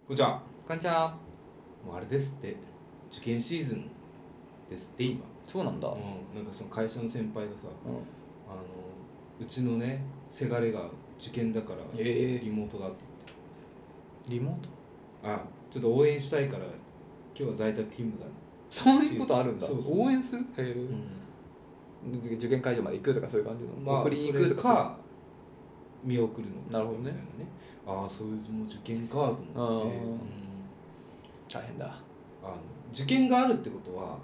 こんにちはこんにちは。もうあれですって受験シーズンですって今、そうなんだ。うん。うん、なんかその会社の先輩がさあのうちのねせがれが受験だからええリモートだってリモート。あちょっと応援したいから今日は在宅勤務だ、そういうことあるんだ。そうそうそう応援する。へえう受験会場まで行くとかそういう感じの。まあ送りに行くとか。見送るのなるほどみたねいなねああそういうもう受験かと思ってあーうん大変だ。あの受験があるってことは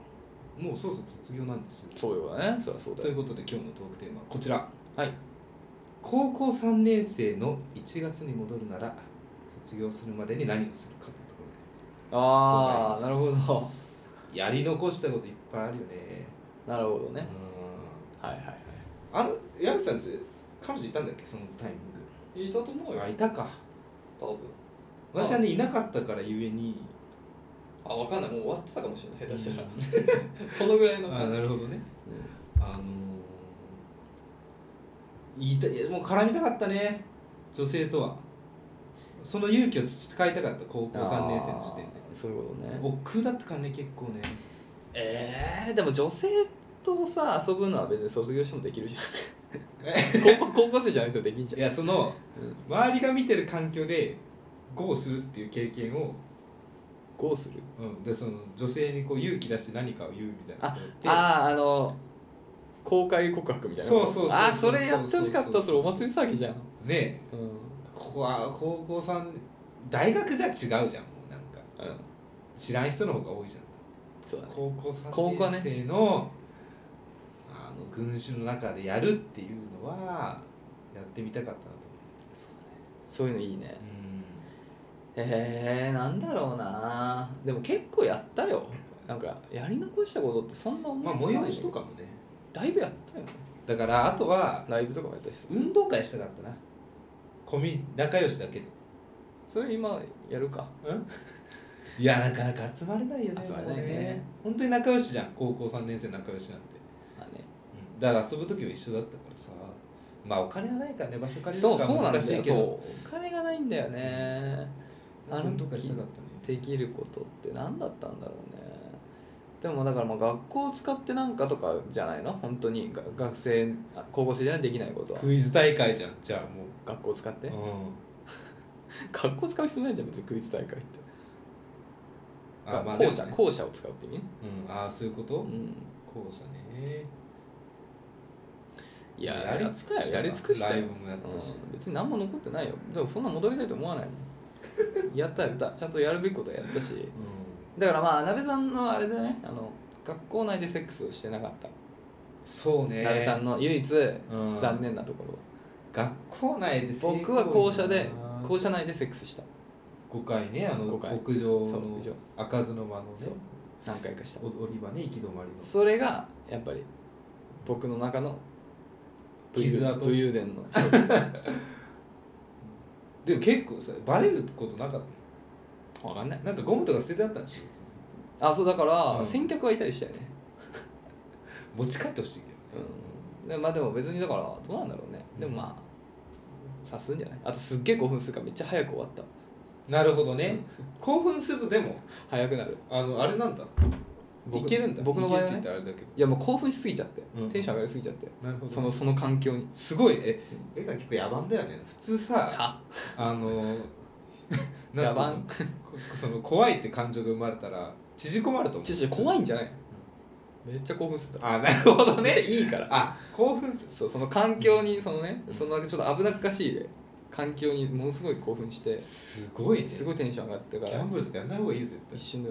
もうそろそろ卒業なんですよそうよね。そりゃそうとだいうよ。ことで今日のトークテーマはこちらはい。高校3年生の1月に戻るなら卒業するまでに何をするかというところでああ、なるほ ど。やり残したこといっぱいあるよねなるほどうね。んはいはいはあの矢口さんって彼女いたんだっけそのタイミンい。いたと思うグあいたか多分。私はねいなかったからゆえにあ、わかんない。もう終わってたかもしれない。ら。 そのぐらいあなるほどねあのー、いたいやもう絡みたかったね女性とはその勇気を培いたかった高校3年生の時点であーそういうことね。億劫だったからね結構ねえー、でも女性とさ遊ぶのは別に卒業してもでき るじゃん高校高校生じゃないとできんじいゃんやそのうん周りが見てる環境でゴーするっていう経験を、こうするうん、でその女性にこう勇気出して何かを言うみたいなあことを言ってあーあの公開告白みたいなそうそうそうあーそれやってほしかっそたうそそうそれおうそう祭り騒ぎじゃん、ねうんここは高校さん大学じゃ違うじゃんもうなんかうん、知らん人の方が多いじゃそうだんね高校3高校はね年生の,、あの群衆の中でやるっていうのはやってみたかったなとそういうのいいね思いますえー、なんだろうなでも結構やったよなんかやり残したことってそんなうんまあ思いつかない、催しとかもねだいぶやったよねだからあとはライブとかもやったしさ運動会したかったなコミ仲良しだけでそれ今やるかいやなかなか集まれないよね集まれないねもう本当に仲良しじゃん高校3年生仲良しなんて、まあねだから遊ぶ時は一緒だったからさまあお金はないからね場所借りるそとうそかうなはんだ難しよいそけうどお金がないんだよねあの運動会したかっできることって何だったんだろうねでもだからまあ学校を使ってなんかとかじゃないの本当にが学生あ高校生じゃないできないこたとねはクイズ大会じゃんじゃあもう学校を使ってうん学校使う必要ないじゃん別にクイズ大会ってあがまあ校舎でもね校舎を使うって意味うんああそういうこと、うん校舎ねいやややりり尽尽くくししたたよやり尽くしたライよブもやったしうん別に何も残ってないよでもそんな戻りたいと思わないもんやったやったちゃんとやるべきことはやったしうんだからまあ鍋さんのあれだねあの学校内でセックスをしてなかったそうねなべさんの唯一うん残念なところ学校内で僕は校舎でこ校舎内でセックスした5回ねあの五回屋上そのう以上開かずの間のねそう何回かしたお降り場ね行き止まりのそれがやっぱり僕の中の武傷勇跡武勇 伝のでも結構さバレることなかっわかんないたなんかゴムとか捨ててあったんでしょあそうだから、うん先客はいたりしたよね持ち帰ってほしいけうんでまあでも別にだからどうなんだろうねでもまあさすんじゃないあとすっげえ興奮するからめっちゃ早く終わったどなるほどね興奮するとでも早くなるあのあれなんだい僕けるんだ僕の場合はいけるっねて言ったらあれだけいやもう興奮しすぎちゃって、うんテンション上がりすぎちゃってどなるほそのその環境にすごいえエリさん結構野蛮だよね普通さはあ のなんて野蛮いうのこその怖いって感情が生まれたら縮こまると思うちょちょ怖いんじゃないめっちゃ興奮するあなるほどめっちゃねいいからあ興奮するそうその環境にそのねうんそのなんかちょっと危なっかしいで環境にものすごい興奮してすごいねすごいテンション上がったかギャらンブルとかやんない方がいいよ絶対一瞬で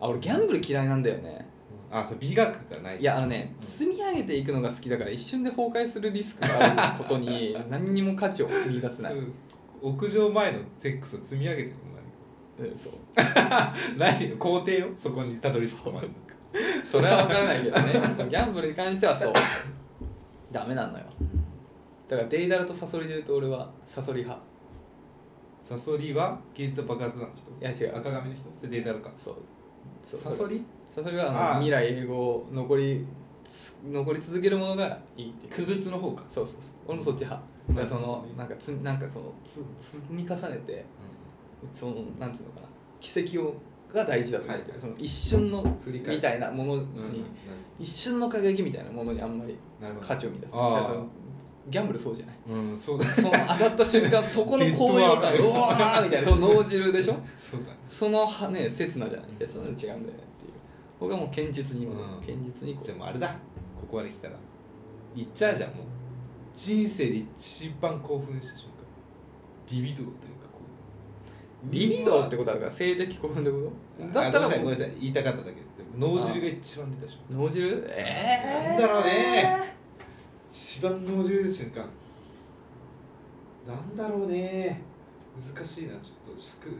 あ俺ギャンブル嫌いなんだよねあそう美学がないいやあのねうん積み上げていくのが好きだから一瞬で崩壊するリスクがあることに 何にも価値を見出せない、そう屋上前のセックスを積み上げてるのうん、そう何何工程よそこにたどり着くまでそれは分からないけどねそうギャンブルに関してはそうダメなのよだからデイダラとサソリで言うと俺はサソリ派サソリは芸術は爆発団の人いや違う赤髪の人それデータルかそうそうサソリサソリはああのあ未来英語残りつ残り続けるものがいいっていう区別の方か、そうそうそう俺もそっち派うんだからそのうんなんかつなんかそのつ積み重ねてそのなんつうのかな奇跡をが大事だと思ってる、はいその一瞬の振り返るみたいなものうんうに、ん一瞬の輝きみたいなものにあんまりなるほど価値を見出すあーだからそのギャンブルそうじゃないうんそうだその上がった瞬間そこの高揚感デッうドわワーみたいなその脳汁でしょそうだそのはね刹那じゃないいやそんなの違うんだよねっていう僕はもう堅実に、うん堅実にこじゃあうもうあれだここまで来たらいっちゃうじゃんもう人生で一番興奮した瞬間リビドーというかこうリビドーってことだから性的興奮ってこうわとだったらあもごめんなさいごめなうんさい言いたかっただけです脳汁が一番出た瞬間脳汁ええー、なんだろうね一番脳汁出た瞬間なんだろうね難しいなちょっと尺ちょ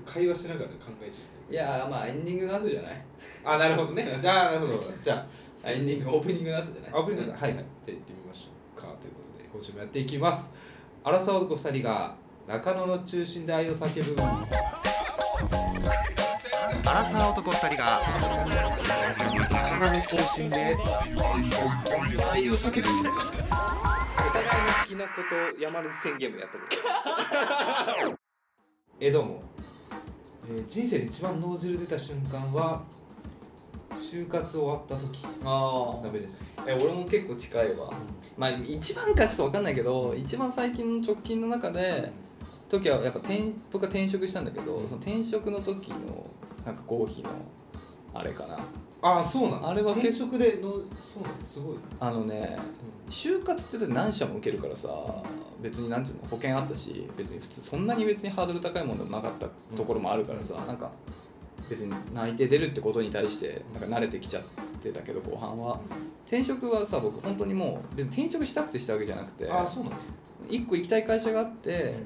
っと会話しながら考えてきいやーまあエンディングの後じゃないたあなるほどねじゃあなるほどじゃああ エンディングオープニングの後じゃないあぶねえなはいはいじゃあ行ってみましょうかということで今週もやっていきます荒沢男2人が中野の中心で愛を叫ぶアラサー男2人が体の中心で愛を叫ぶお互いの好きなことを山根宣言もやったことあります えどうも、えー人生で一番脳汁出た瞬間は就活終わった時あダメですあ俺も結構近いわまあ一番かちょっと分かんないけど一番最近の直近の中で時はやっぱ転僕は転職したんだけどその転職の時のなんか合否のあれかなああそうなんだあれは転結職でのそうなんだすごい、あのね就活ってだって何社も受けるからさ別になんていうの保険あったし別に普通そんなに別にハードル高いものでもなかったところもあるからさ、なんか別に内定出るってことに対してなんか慣れてきちゃってたけど後半は転職はさ僕本当にもう別に転職したくてしたわけじゃなくてああそうなんだ、一個行きたい会社があって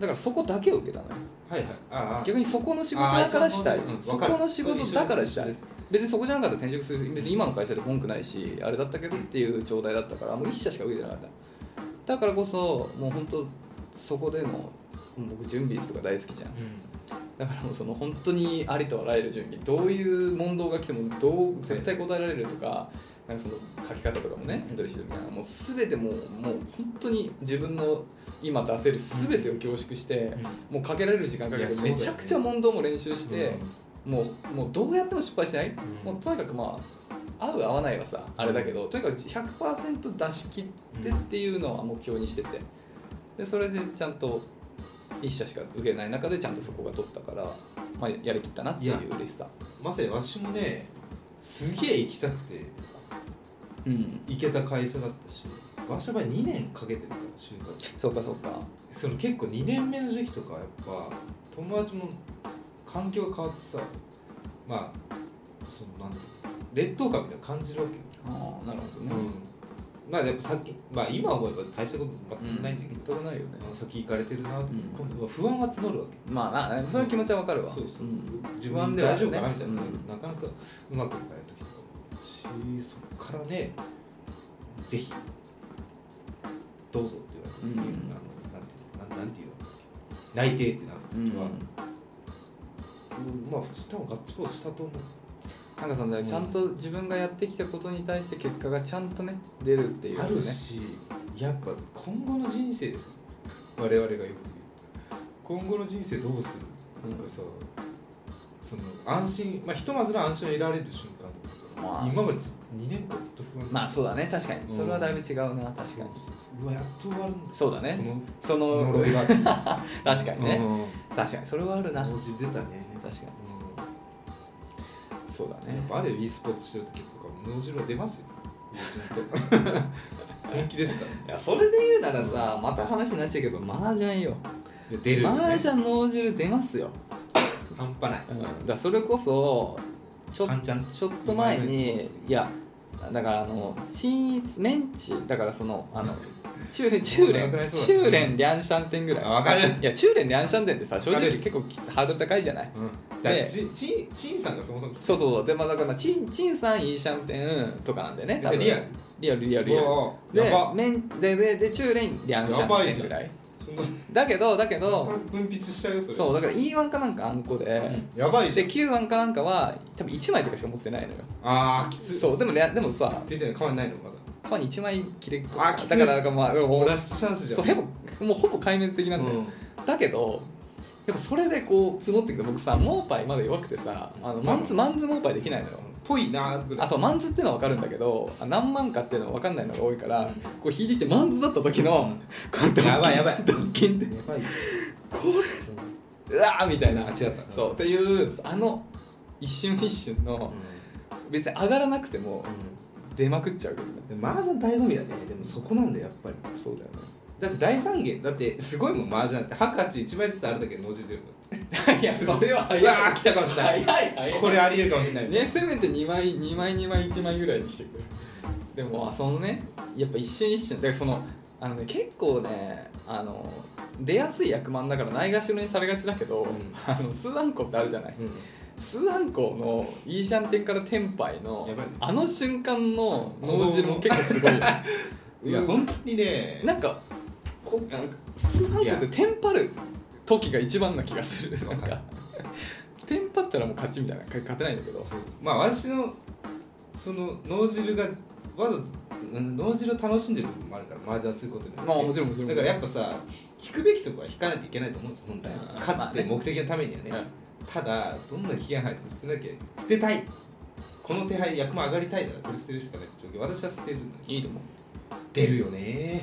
だからそこだけを受けたのよはいはいああああ逆にそこの仕事だからしたいあーちゃんとそわかこるの仕事だからしたそうい一緒です別にそこじゃなかったら転職する別に今の会社で文句ないしあれだったけどっていう状態だったからもう1社しか受けてなかっただからこそもう本当そこでのもう僕準備室とか大好きじゃん一緒ですだからもうその本当にありとあらゆる準備どういう問答が来てもどう絶対答えられるとかなんかその書き方とかもねエントリーしてるみたいなもう全てもうもう本当に自分の今出せる全てを凝縮してうんもうかけられる時間かけいやてそうだよめねちゃくちゃ問答も練習してもうもうどうやっても失敗しないうんもうとにかくまあ合う合わないはさあれだけどとにかく100%出し切ってっていうのは目標にしててでそれでちゃんと1社しか受けない中でちゃんとそこが取ったから、まあ、やりきったなっていいうや嬉しさまさに私もねすげえ行きたくてうん行けた会社だったし私の場合2年かけてるから就活そうかそうかその結構2年目の時期とかはやっぱ友達も環境が変わってさまあそのなんていうの劣等感みたいなの感じるわけよ、ああなるほどね、うん、まあやっぱさっきまあ今思えば大したこと全くないんだけど、どくないよねあの先行かれてるなとか、うん今度は不安は募るわけまあなあそういう気持ちはわかるわそうそう、ん自不安分でではあ大丈るね夫かなみたいな、うんなかなかうまくいかない時とかもあるしそっからねぜひどうぞって言われて、うんあのなんていうのなんなんていうの内定ってなるうん時は、うんまあ普通多分ガッツポーズしたと思うなんかそのちゃんと自分がやってきたことに対して結果がちゃんとね出るっていうねあるしやっぱ今後の人生ですよ我々がよく言う今後の人生どうする、なんかさその安心、まあ、ひとまずの安心を得られる瞬間だったからまあ今までず2年間ずっと不安まあそうだね確かにうんそれはだいぶ違うな確かにうわやっと終わるんだそうだねこそのの呪いが確 確かに ね確かにそれはあるな文字出たね確かうにそうだんねやっぱあれ e スポーツしてる時とか脳汁は出 ますよ友人と 本気ですからいやそれで言うならさまた話になっちゃうけど麻雀よいや出るよね麻雀脳汁出ますよ、半端ないうん、だからそれこそちょカンちゃんちょっと前うまいにやいやだからあの新一メンチだからそのあの中中長連くなりそうだ中連リャンシャン店ぐらいあわかるいや中連リャンシャン店ってさ正わか直る結構きつハードル高いじゃないうんだからでちちちんさんがそもそもそうそうそうでまあだからまあチンチンさんイーシャン店とかなんだよね多分リアルリアルリアルリアルわあでやばメンででで中連リャンシャやばンい店じゃんぐらいそんなだけどだけこどれ分泌しちゃうよそれそうだから E1 かなんかあんこで、うんやばいじゃでん Q1 かなんかは多分1枚とかしか持ってないのよああきついそうでもリャンでもさ出てない変わんないのまだ皮に1枚切れあきついだからなんかまあもうラストチャンスじゃんそうへぼもうほぼ壊滅的なんだよ、うんだけどやっぱそれでこう積もってきた僕さモーパイまだ弱くてさあのマンズマンズモーパイできないのよぽいなぐらいあそうマンズってのは分かるんだけどあ何万かっていうのは分かんないのが多いから、こう引いてきてマンズだった時の、このドッキンやばいや ばいドッキンってやばいこれうわーみたいなあ違ったそうっていうあの一瞬一瞬の別に上がらなくても出まくっちゃうけどねでも麻雀醍醐味だねでもそこなんだよやっぱりそうだよねだって大三元だってすごいもん麻雀ってハンカチ1枚ずつあるだけで脳汁出るもん いや、それは早い。うわー来たかもしれない早い早い。これありえるかもしれないね、せめて2枚、2枚、2枚、1枚ぐらいにしてくれ。でも、まあそのね、やっぱ一瞬一瞬、だからその、あのね、結構ね、あの、出やすい役満だからないがしろにされがちだけど、んあのスーアンコってあるじゃない、スーアンコのイーシャンテンからテンパイのやばいねあの瞬間の脳汁も結構すごいよ ねいや本当にねなんかこなんかスーハンコってテンパる時が一番な気がするなんわかるかテンパったらもう勝ちみたいなか勝てないんだけどまあ私のその脳汁がわざうん脳汁を楽しんでる部分もあるから麻雀することによってまあもちろんもちろんだからやっぱさ引くべきとこは引かないといけないと思うんですよ本来うんかつて目的のためにはね、うんただどんな危険入っても捨てなきゃ捨てたいこの手配役も上がりたいならこれ捨てるしかない状況私は捨てるんだよいいと思う出るよね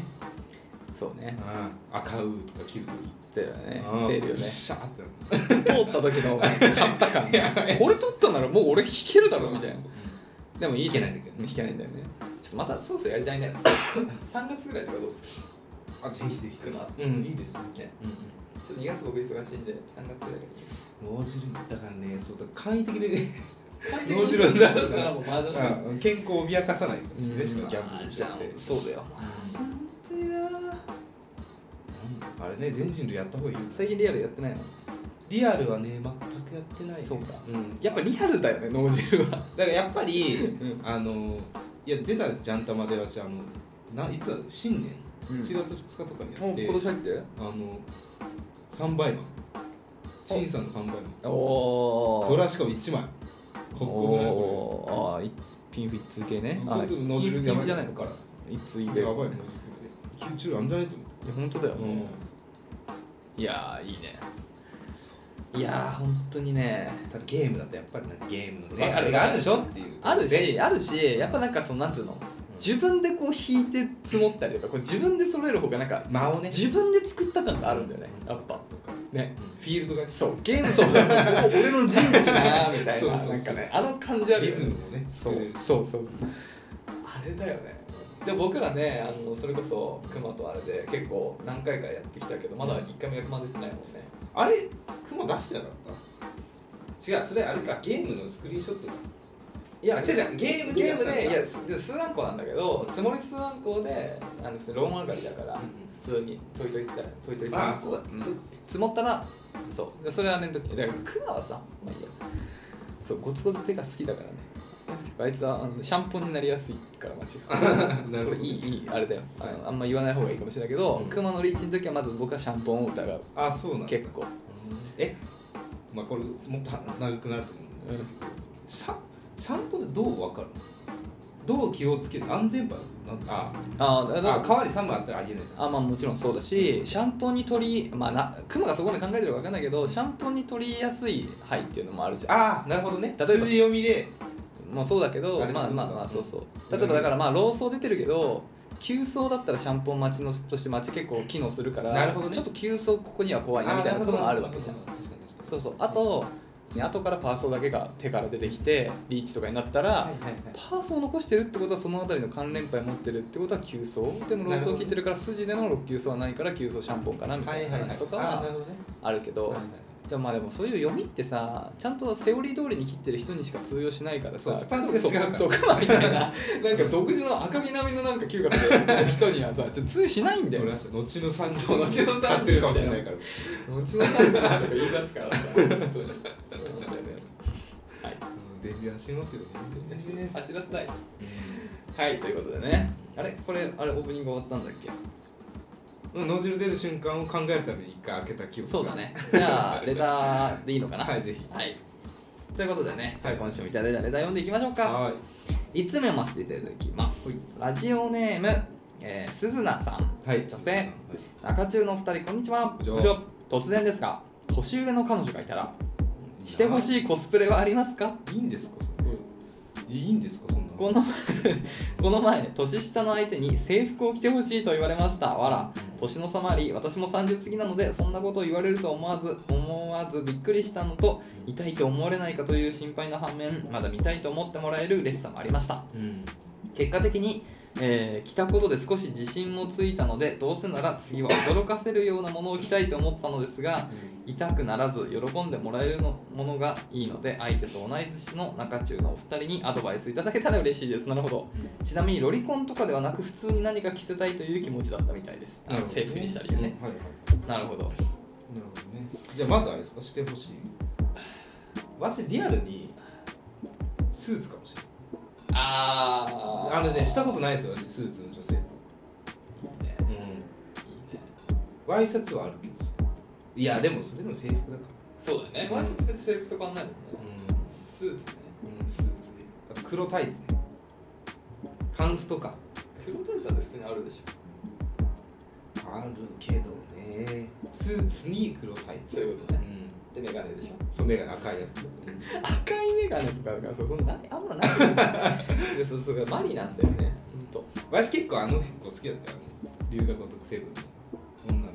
そうねああ赤うとか切ると出るよねき出るよ ねシャーってなる通った時の勝った感 ねこれ取ったならもう俺引けるだろみたいなそうそうでもいいと引け思うないんだけどね引けないんだよねちょっとまたそろそろやりたいね 3月ぐらいとかどうするそうあぜひぜひぜひうんいいですねねうんうんちょっと2月僕忙しいんで3月ぐらいがいい脳汁だからねそうだ簡易的でね脳脳汁汁をを出出すすななららももうう麻雀しかないうん健康を脅かさないかもしれないしかもギャンブルしちゃってあーじゃあそうだよあれね全人類やった方がいいよ最近リアルやってないのリアルはね全くやってないねそうかんやっぱリアルだよね脳汁はだからやっぱりうあのいや出たんですジャンタマで私あのないつだ新年うん1月2日とかにやもっうて、今年入ってあの3倍マン陳さんの3倍マンおおドラしかも1枚かっこよくないこああー一品フィッツ系ね僕でも脳汁一やばい品じゃないのからいついれでやばいいね9中あんじゃないと思や本当だよ、って、うんいやーいいねいやー本当にねただゲームだとやっぱりなんかゲームのねわかあるれがあるでしょっていうあるねしあるしやっぱなんかそのなんつうの自分でこう引いて積もったりとかこう自分で揃える方がなんか間をね自分で作った感があるんだよねやっぱねフィールドがねそうゲー ムそうここ俺の陣地だなみたいそうそなうそうなんかねあの感じあるリよねズムもねそう作れるそうそうあれだよねで僕らねあのそれこそクマとあれで結構何回かやってきたけどまだ1回も役満出てないもんねあれクマ出してなかった違うそれあれかゲームのスクリーンショットだいいや違う違うゲームゲームねでいやすでも数段校なんだけど積もり数段校であの普通ローマン上がりだからうん普通にトイトイったらトイトイあさあそうだん積もったらそうでそれはねだからクマはさまあいいやそうゴツゴツ手が好きだからね結構あいつはあのシャンポンになりやすいから間違 いなるほこれどいいいいあれだよあのあんま言わない方がいいかもしれないけど、うん熊のリーチの時はまず僕はシャンポンを疑うあそうなんだ結構えまあこれもっと長くなると思うんですけどシャシャンプーでどう分かるのどう気をつける安全牌なんああーだからあ代わり3番あったらありえないあまあもちろんそうだしシャンポンに取りまあな熊がそこまで考えてるか分かんないけどシャンポンに取りやすい灰っていうのもあるじゃんああなるほどね例えば数字読みでもうそうだけどあれまあまあうんまあそうそう例えばだからまあ老僧出てるけど急走だったらシャンポン待ちのとして待ち結構機能するからなるほどねちょっと急走ここには怖いなみたいなこともあるわけじゃん確かに確かにそうそうあと別に後からパーソーだけが手から出てきてリーチとかになったら、はいはいはいパーソンを残してるってことはその辺りの関連杯持ってるってことは急走でもローソンを引いてるから筋での6急走はないから急走シャンポンかなみたいな話とかあーなるはほどねあるけど、はいはいでもまあでもそういう読みってさちゃんとセオリー通りに切ってる人にしか通用しないからそうさスタンスが違うからそうそうクマみたいな なんか独自の赤木並みのなんか嗅覚で人にはさちょっと通用しないんだよ俺は後の三そう後の30買ってるかもしれないから後の30とか言い出すからさ本当にそうなんだよねはいうん電流走りますよね走らせたいはいということでねあれこれあれオープニング終わったんだっけうん脳汁出る瞬間を考えるために一回開けた記憶がそうだね。じゃあ、レターでいいのかな。はいぜひはい。ということでね、じゃあ今週もいただいたレター読んでいきましょうか。はい1つ目を読ませていただきます。ラジオネーム、えー、鈴名さん。はい女性。中中のお二人、こんにちは。こんにちは突然ですが、年上の彼女がいたらしてほしいコスプレはありますかいいんですかそれいいんですかそんなのこの この前年下の相手に制服を着てほしいと言われましたわら年の差もあり私も30過ぎなのでそんなことを言われると思わず思わずびっくりしたのと痛いと思われないかという心配の反面まだ見たいと思ってもらえる嬉しさもありましたうん結果的に、えー着たことで少し自信もついたのでどうせなら次は驚かせるようなものを着たいと思ったのですが痛くならず喜んでもらえるのものがいいので相手と同い年の中中のお二人にアドバイスいただけたら嬉しいですなるほどちなみにロリコンとかではなく普通に何か着せたいという気持ちだったみたいですあの制服にしたりねはいはいなるほどなるほどねじゃあまずあれですかしてほしいわしリアルにスーツかもしれあないあのねしたことないですよ私スーツの女性とねうんいいねワイシャツはあるけどさいやでもそれでも制服だかそうだよねワイシャツ別に制服と変わんないもんね、スーツねらうんスーツねあと黒タイツねカンスとか黒タイツだって普通にあるでしょあるけどねスーツに黒タイツそういうことねんでメガネでしょそう眼鏡赤いやつ赤いメガネとかだからそこないあんまないよね でそうそうマリなんだよねほんとわし結構あの辺好きだったよあの留学の特成部の女の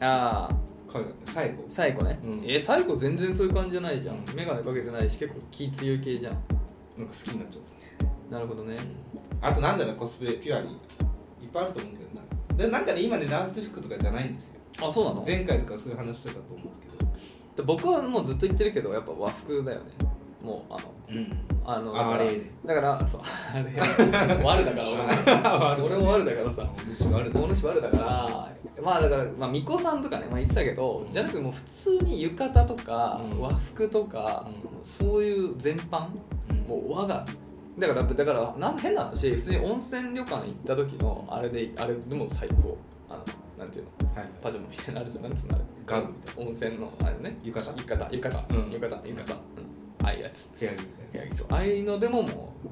ああ子可愛かった最後サイコね、うんえサイコ全然そういう感じじゃないじゃん、うんメガネかけてないし結構気強い系じゃんなんか好きになっちゃったなるほどね、あとなんだろうコスプレピュアにいっぱいあると思うけどなでなんかね今ねダンス服とかじゃないんですよあそうなの前回とかそういう話したかと思うんですけどで僕はもうずっと言ってるけどやっぱ和服だよねもうあのうんあのだあかられだからそう あれ 悪だから俺も俺も悪だからさむしろあるだお主悪だからまあだから、まあ、巫女さんとかね、まあ、言ってたけど、うんじゃなくてもう普通に浴衣とか、うん和服とか、うそういう全般もう和がだからだからなん変な話普通に温泉旅館行った時のあれであれでも最高あのなんていうのはいパジャマみたいなのあるじゃんなんつうのあれガウンみたい温泉のあれね浴衣浴衣浴衣、うん浴衣浴衣、うん、ああいうやつ部屋着みた部いな屋着そうああいうのでももう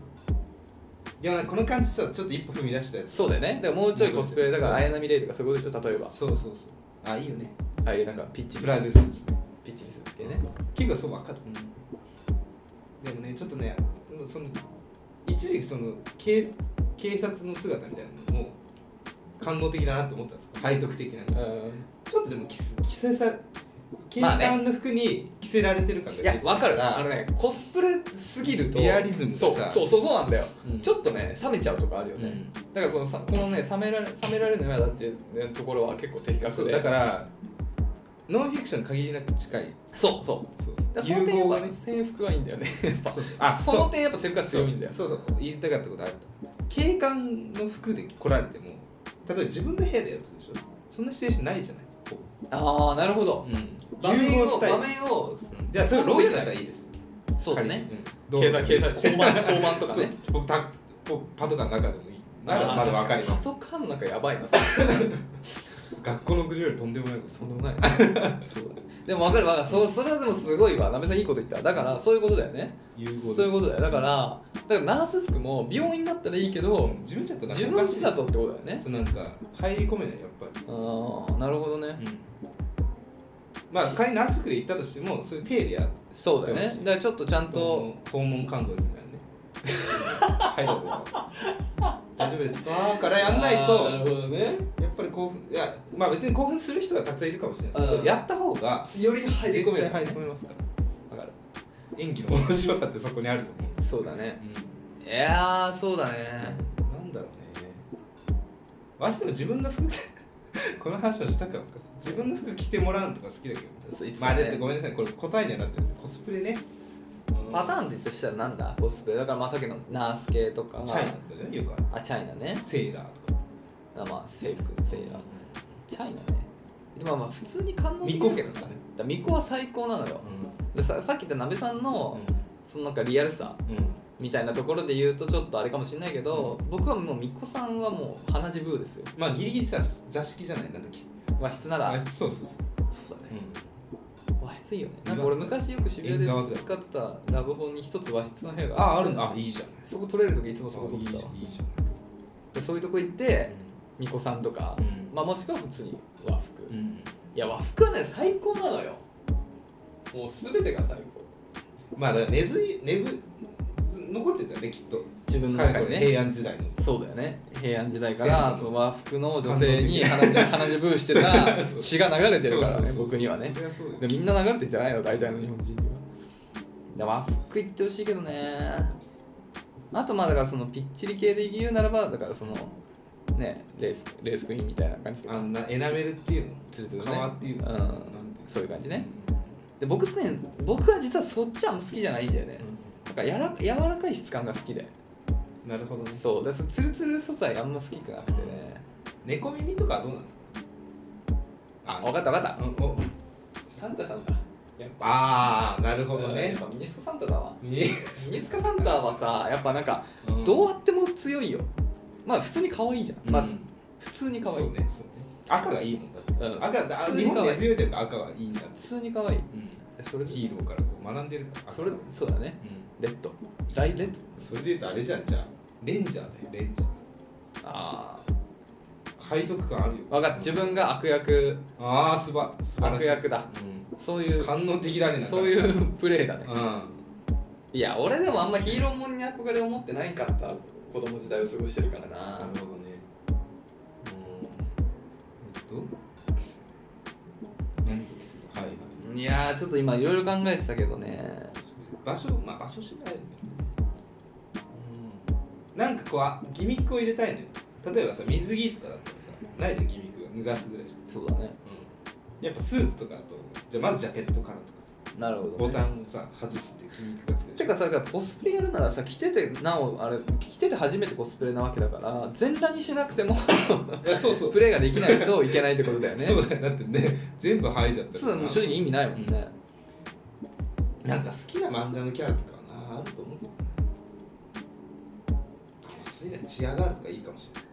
いやなんかこの感じさちょっと一歩踏み出したやつそうだよねだからもうちょいコスプレだから綾波レイとかそういうことでしょ例えばそうそうそうあいいよねああいうなんかピッチリプライドスーツねピッチリスつけね結構そうわかる、でもねちょっとねその一時期その警警察の姿みたいなのも官能的だなって思ったんですよ背徳的なのうちょっとでも着せ着せさ警まあね官の服に着せられてる感がん、いやわかるなああのねコスプレすぎるとリアリズムがそうさそうそうそうなんだよ、うんちょっとね冷めちゃうとかあるよね、うんだからそのさこのね冷められ冷められるのはだっていうところは結構的そ確うでだからノンフィクションに限りなく近いそうそうそうだからそ融の点や合っがぱ、ね制服はいいんだよねやっぱそうそうあその点やっぱ制服はそう強いんだよそうそう言いたかったことある警官の服で来られても例えば自分の部屋でやつでしょそんなシチュエーションないじゃないこああなるほどう、場融面合をしたい場面をうんじゃあそれ牢屋だったらいいですよそうだね仮に携うん帯携帯交番交番とかねそうポタポパトカーの中でもいいならまだわかりますパトカーの中やばいなそれ学校の屋上よりとんでもないことそんでもないそうだねでも分かる分かるそそれはでもすごいわなめさんいいこと言っただからそういうことだよね融合ですそういうことだよだからだからナース服も病院だったらいいけどうん自分ちゃった自分のだとってことだよねそうなんか入り込めないやっぱりああなるほどねまあ仮にナース服で行ったとしてもそういう手でやるそうだよねどうしだからちょっとちゃんとと訪問看護です みたいなねはいどうぞ大丈夫ですかからやんないあーなとるほどねやっぱり興奮いやまあ別に興奮する人はたくさんいるかもしれないですけうどんやった方がより入絶対わ入り込めますからかる演技の面白さってそこにあると思うんでそうだねす、いやーそうだねなんだろうねわしでも 自分の服この話をしたかもか自分の服着てもらうのとか好きだけどねそういつもまねあだってごめんなさいこれ答えにはなってるんですコスプレねパターンってとしたらなんだコスプレだからまあさっきのナース系とかチャイナとかねよくあるあチャイナねセーラーとかあまあ制服セーラーチャイナねでもまあ普通に感動巫的女だけ服どとさかねだ巫女は最高なのよ、でささっき言ったなべさんのそのなんかリアルさうんうんみたいなところで言うとちょっとあれかもしれないけど、僕はもう巫女さんはもう鼻血ブーですよまあギリギリさ座敷じゃないなんだっけ和室なあらそうそうそう、そうだね、和室いいよねなんか縁側俺昔よく渋谷で縁側とか使ってたラブホに一つ和室の部屋がああるんだあいいじゃんそこ取れる時いつもそこ取っいていたじゃわんいいじゃんでそういうとこ行って巫女さんとか、うんまあ、もしくは普通に和服、うんいや和服はね最高なのよもう全てが最高まあだから根付い根ぶ残ってたよねきっと自分の彼中のにね平安時代のそうだよね平安時代か先ら祖その和服の女性に鼻血鼻血ブーしてた血が流れてるからね僕にはねそりゃそうだよでみんな流れてんじゃないの大体の日本人にはだから和服行ってほしいけどねあとまあだからそのピッチリ系で言うならばだからそのねレースレースクイーンみたいな感じとあかんなエナメルっていうのツルツルね革っていうのうんなんてそういう感じいうねで僕すでに僕は実はそっちはあんま好きじゃないんだよねのなんかやら柔らかい質感が好きでうんなるほどねそうだからそのツルツル素材あんま好きくなくてね猫耳とかはどうなんですかあ分かった分かっうんおたサンタさんだやっぱああなるほどやねっぱミニスカサンタだわ見えミニスカサンタはさやっぱなんかうんどうあっても強いよまあ普通に可愛いじゃんまず、普通に可愛い、そうねそうね赤がいいもんだってうん赤だ普通日に可本愛いで強いというか赤がいいんだって普通に可愛いそれヒーローからこう学んでるからそれ赤はそうだねうレッドライレッドんそれで言うとあれじゃんじゃあレンジャーだよレンジャーあ背徳感あるよあ分かった自分が悪役ああすば素晴らしい、悪役だ、そういううん官能的だねなんかそういう プレイだねういや俺でもあんまヒーローもんに憧れを持ってないかった子供時代を過ごしてるからん、ななるほどね。うん。えっと。何がすはいはい。いやーちょっと今いろいろ考えてたけどね場所、まあ、場所次第だよね。うん。なんかこうあ、ギミックを入れたいのよ。例えばさ、水着とかだったらさ、ないじゃん、ギミックが脱がすぐらいしか。そうだねうん。やっぱスーツとかだと、じゃあまずジャケットからとかさ、なるほど、ね、ボタンをさ、外すっていうギミックがつくでしてょかさだからコスプレやるならさ着ててなおあれ着てて初めてコスプレなわけだから全裸にしなく てもいや、そうそう。プレイができないといけないってことだよねそうだよ、だってね、全部剥いじゃったそうだもう正直意味ないもんね、なんか好きな漫画のキャラとかはなあると思うけどねあまあそれじゃチアガールとかいいかもしれない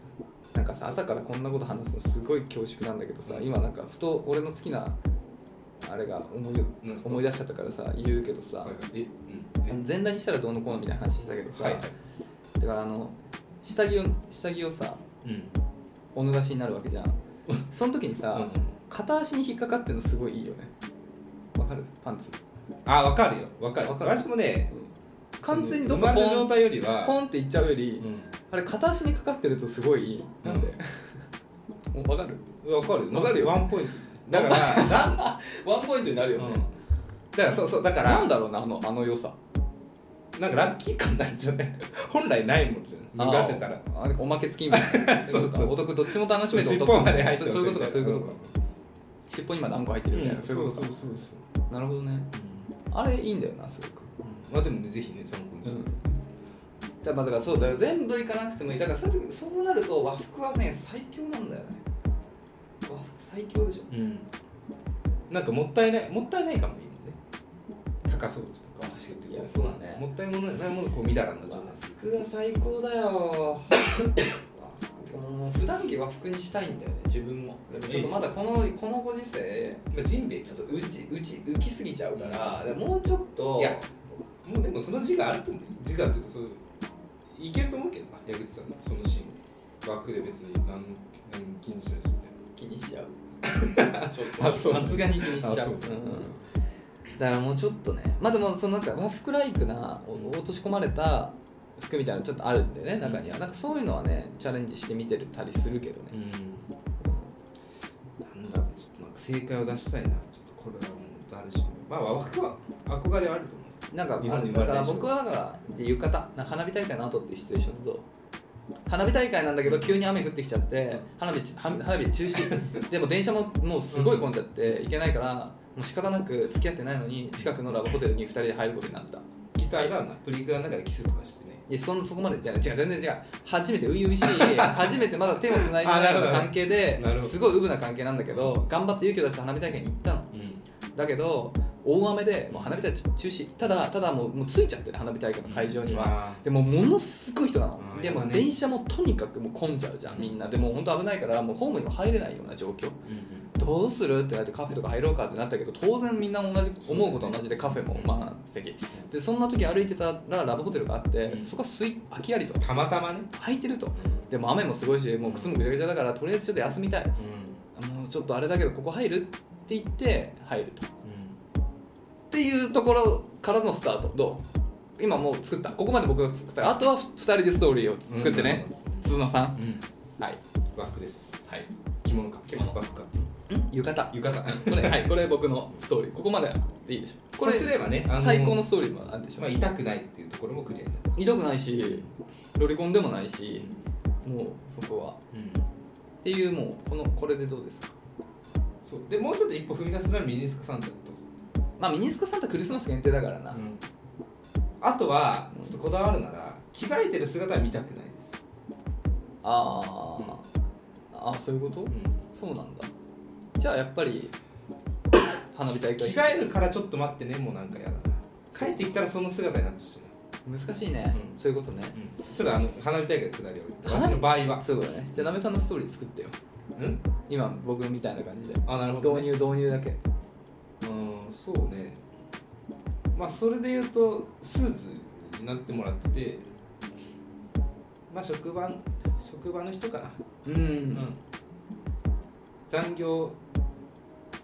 なんかさ朝からこんなこと話すのすごい恐縮なんだけどさ今なんかふと俺の好きなあれが思いうん思い出しちゃったからさ言うけどさえあの全裸にしたらどうのこうのみたいな話したけどさ、はいはいだからあの下着を下着をさうんうんお脱がしになるわけじゃんその時にさ、片足に引っかかってんのすごいいいよねわかるパンツあ分かるよ分かるわかる私もね完全にどっかそのポ生まれる状ン態よりはポンっていっちゃうより、うあれ片足にかかってるとすごいいいなんで、もうわかるん分かるわかるよワンポイントだからなん、うんワンポイントになるよね、だからそうそうだかならんだろうなあのあの良さなんかラッキー感なんじゃない本来ないもんじゃん脱がせたらあーあれおまけ付きみたい なそうそうそうお得どっちも楽しめそうてお尻尾得まで入ってますそういうことかそういうことかみたいな尻尾に今何個入ってるみたいな、そういうことかそうそうなるほどねあれいいんだよなすごくまあでもねぜひね参考にしてうんだからだからそうだよ全部いかなくてもいいだからそういう時そうなると和服はね最強なんだよね和服最強でしょうん、なんかもったいないもったいない感もいいもんね高そうですなんかいやそうだねもったいものないものこうみだらな和状態です服が最高だよ和服てかもう普段着和服にしたいんだよね自分もでもちょっとまだこのこのご時世まあ、ジンベエちょっとうちうち浮きすぎちゃうから、もうちょっといやもうでもその字があると思う字がっていうかそういけると思うけどな矢口さんのそのシーン枠で別に何も何も気にしないですみ気にしちゃうちょっと たいなあそうさすがに気にしちゃあうそううんだからもうちょっとねまあでもそのなんか和服ライクなお落とし込まれた服みたいなのちょっとあるんでね中には、なんかそういうのはねチャレンジしてみてるたりするけどね、うんなんだろうちょっとなんか正解を出したいなちょっとこれはもう誰しもまあ枠は憧れはあると思うんですよなんか日本あに生まだれたから以上僕はだからじゃあ浴衣なんか花火大会の後っていうシチュエーションと花火大会なんだけど急に雨降ってきちゃって花火ち花花火中止 でも電車ももうすごい混んじゃって行けないからもう仕方なく付き合ってないのに近くのラブホテルに2人で入ることになったきっとあれだろうなプリクラの中でキスとかしてねいやそんなそこまでじゃ違う全然違う初めて初々しい初めてまだ手をつないでないような関係あなるほでどなるほどすごいウブな関係なんだけど頑張って勇気を出して花火大会に行ったのうんだけど大雨でもう花火大会中止ただただもうもう着いちゃってる花火大会の会場には、はでもものすごい人なの、うんでもやだね電車もとにかくもう混んじゃうじゃんみんなでもう本当危ないからもうホームにも入れないような状況うんうんどうするってなってカフェとか入ろうかってなったけど当然みんな同じ思うこと同じでカフェも満席でそんな時歩いてたらラブホテルがあって、うんそこはすい空きありとたまたまね、空いてるとでも雨もすごいしもう靴もぐちゃぐちゃだからとりあえずちょっと休みたいもうちょっとあれだけどここ入るって言って入るとうっていうところからのスタートどう今もう作ったここまで僕が作ったあとは2人でストーリーを作ってね鈴野さんうんはいバックですはい着物か着物バックか浴衣浴衣これはいこれ僕のストーリーここまででいいでしょここれれすればねあの最高のストーリーもあるでしょ、まあ痛くないっていうところもクリアになる痛くないしロリコンでもないしもうそこはうんっていうもうこのこれでどうですかそうでもうちょっと一歩踏み出すならミニスカサンタだとまあミニスカサンタクリスマス限定だからな、あとはちょっとこだわるなら着替えてる姿は見たくないです、あーあそういうことそうなんだじゃあやっぱり花火大着会替えるからちょっと待ってねもうなんかやだな帰ってきたらその姿になってほしいな、難しいね、うんそういうことねちょっとあの花火大会のくだりを花火私の場合はそういうことねじゃあなべさんのストーリー作ってようん今僕みたいな感じであなるほど、導ね、入導入だけうんそうねまあそれで言うとスーツになってもらっててまあ職場職場の人かなうん、うん、残業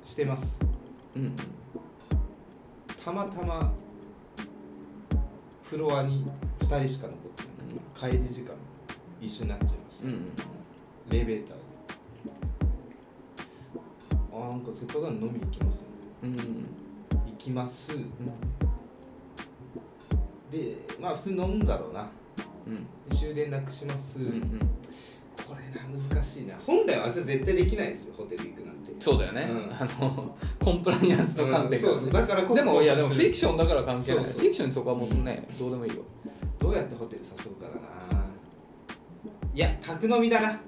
してますうんうんたまたまフロアに2人しか残ってない、帰り時間一緒になっちゃいました、うんうんエレベーターであーなんかせっかくなんで飲み行きますうんうん行きますでまあ普通に飲むんだろうなうんで終電なくします、うんうんこれな難しいな本来は私は絶対できないですよホテル行くなんてそうだよね、うんあのコンプライアンスの観点からね、うんそうそうだからこそでもいやでもフィクションだから関係ないそうそうフィクションにそこはもうね、どうでもいいよどうやってホテル誘うかだないや宅飲みだな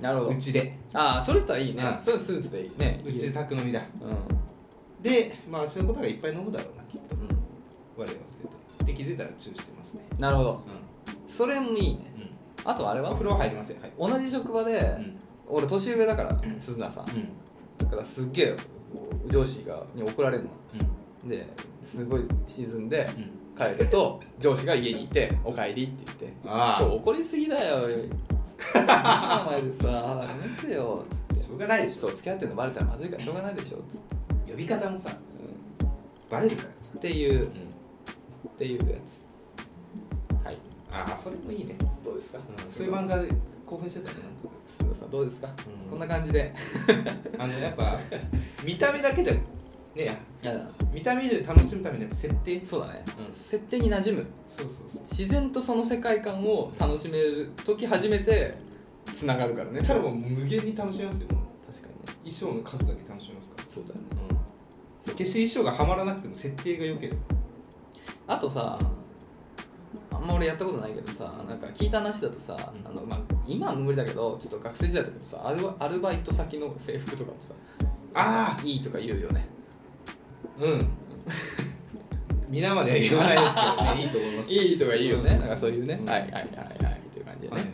なるほどうちでああそれとはいいね、うんそれはスーツでいいねうちでいいよ宅飲みだうんでまあ私のことがいっぱい飲むだろうなきっとう我々忘れてで気づいたらチューしてますねんなるほどうそれもいいねんうんあとあれおは風呂は入りませんはい同じ職場で、うん俺年上だから鈴名さん、だからすっげえ上司がに怒られるのですごい沈んでうん帰ると上司が家にいて「おかえり」って言ってああそう怒りすぎだよ。 お前でさ、やめてよ。つってしょうがないでしそょう、付き合ってんのバレたらまずいからしょうがないでしょ。つって呼び方もさうんバレるからさっていんう、っていうやつ。はい。ああそれもいいねどうですかそういう漫画で興奮してたよなんかすみません、どうですかうんこんな感じで。あのやっぱ見た目だけじゃねえいや見た目以上に楽しむためにやっぱ設定そうだね。うん設定に馴染む。そうそうそう自然とその世界観を楽しめる時初めて繋がるからね。ただも確うか無限に楽しめますよに。衣装の数だけ楽しめますからそうだよね。うん決して衣装がはまらなくても設定が良ければあとさあんま俺やったことないけどさなんか聞いた話だとさ、うんあのまあ、今は無理だけどちょっと学生時代だけどさアルバアルバイト先の制服とかもさあいいとか言うよねあうん皆までは言わないですけどねいいと思いますいいとか言うよね、うんなんかそういうね、うんはいはいはいはいっていう感じでね、はいはい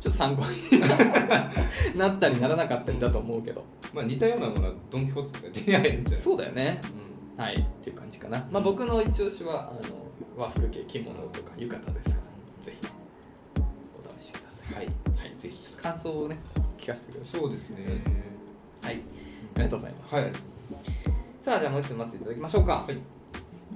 ちょっと参考に なったりならなかったりだと思うけど、まあ似たようなものはドン・キホーテとか手に入るんじゃないそうだよねうんはいっていう感じかな、まあ僕の一押しはあの和服系着物とか浴衣ですから、ぜひねお試しくださいはいはいぜひちょっと感想をね聞かせてくださいそうですねはい、ありがとうございます。はいさあ、じゃあもう一つ待っていただきましょうか。はい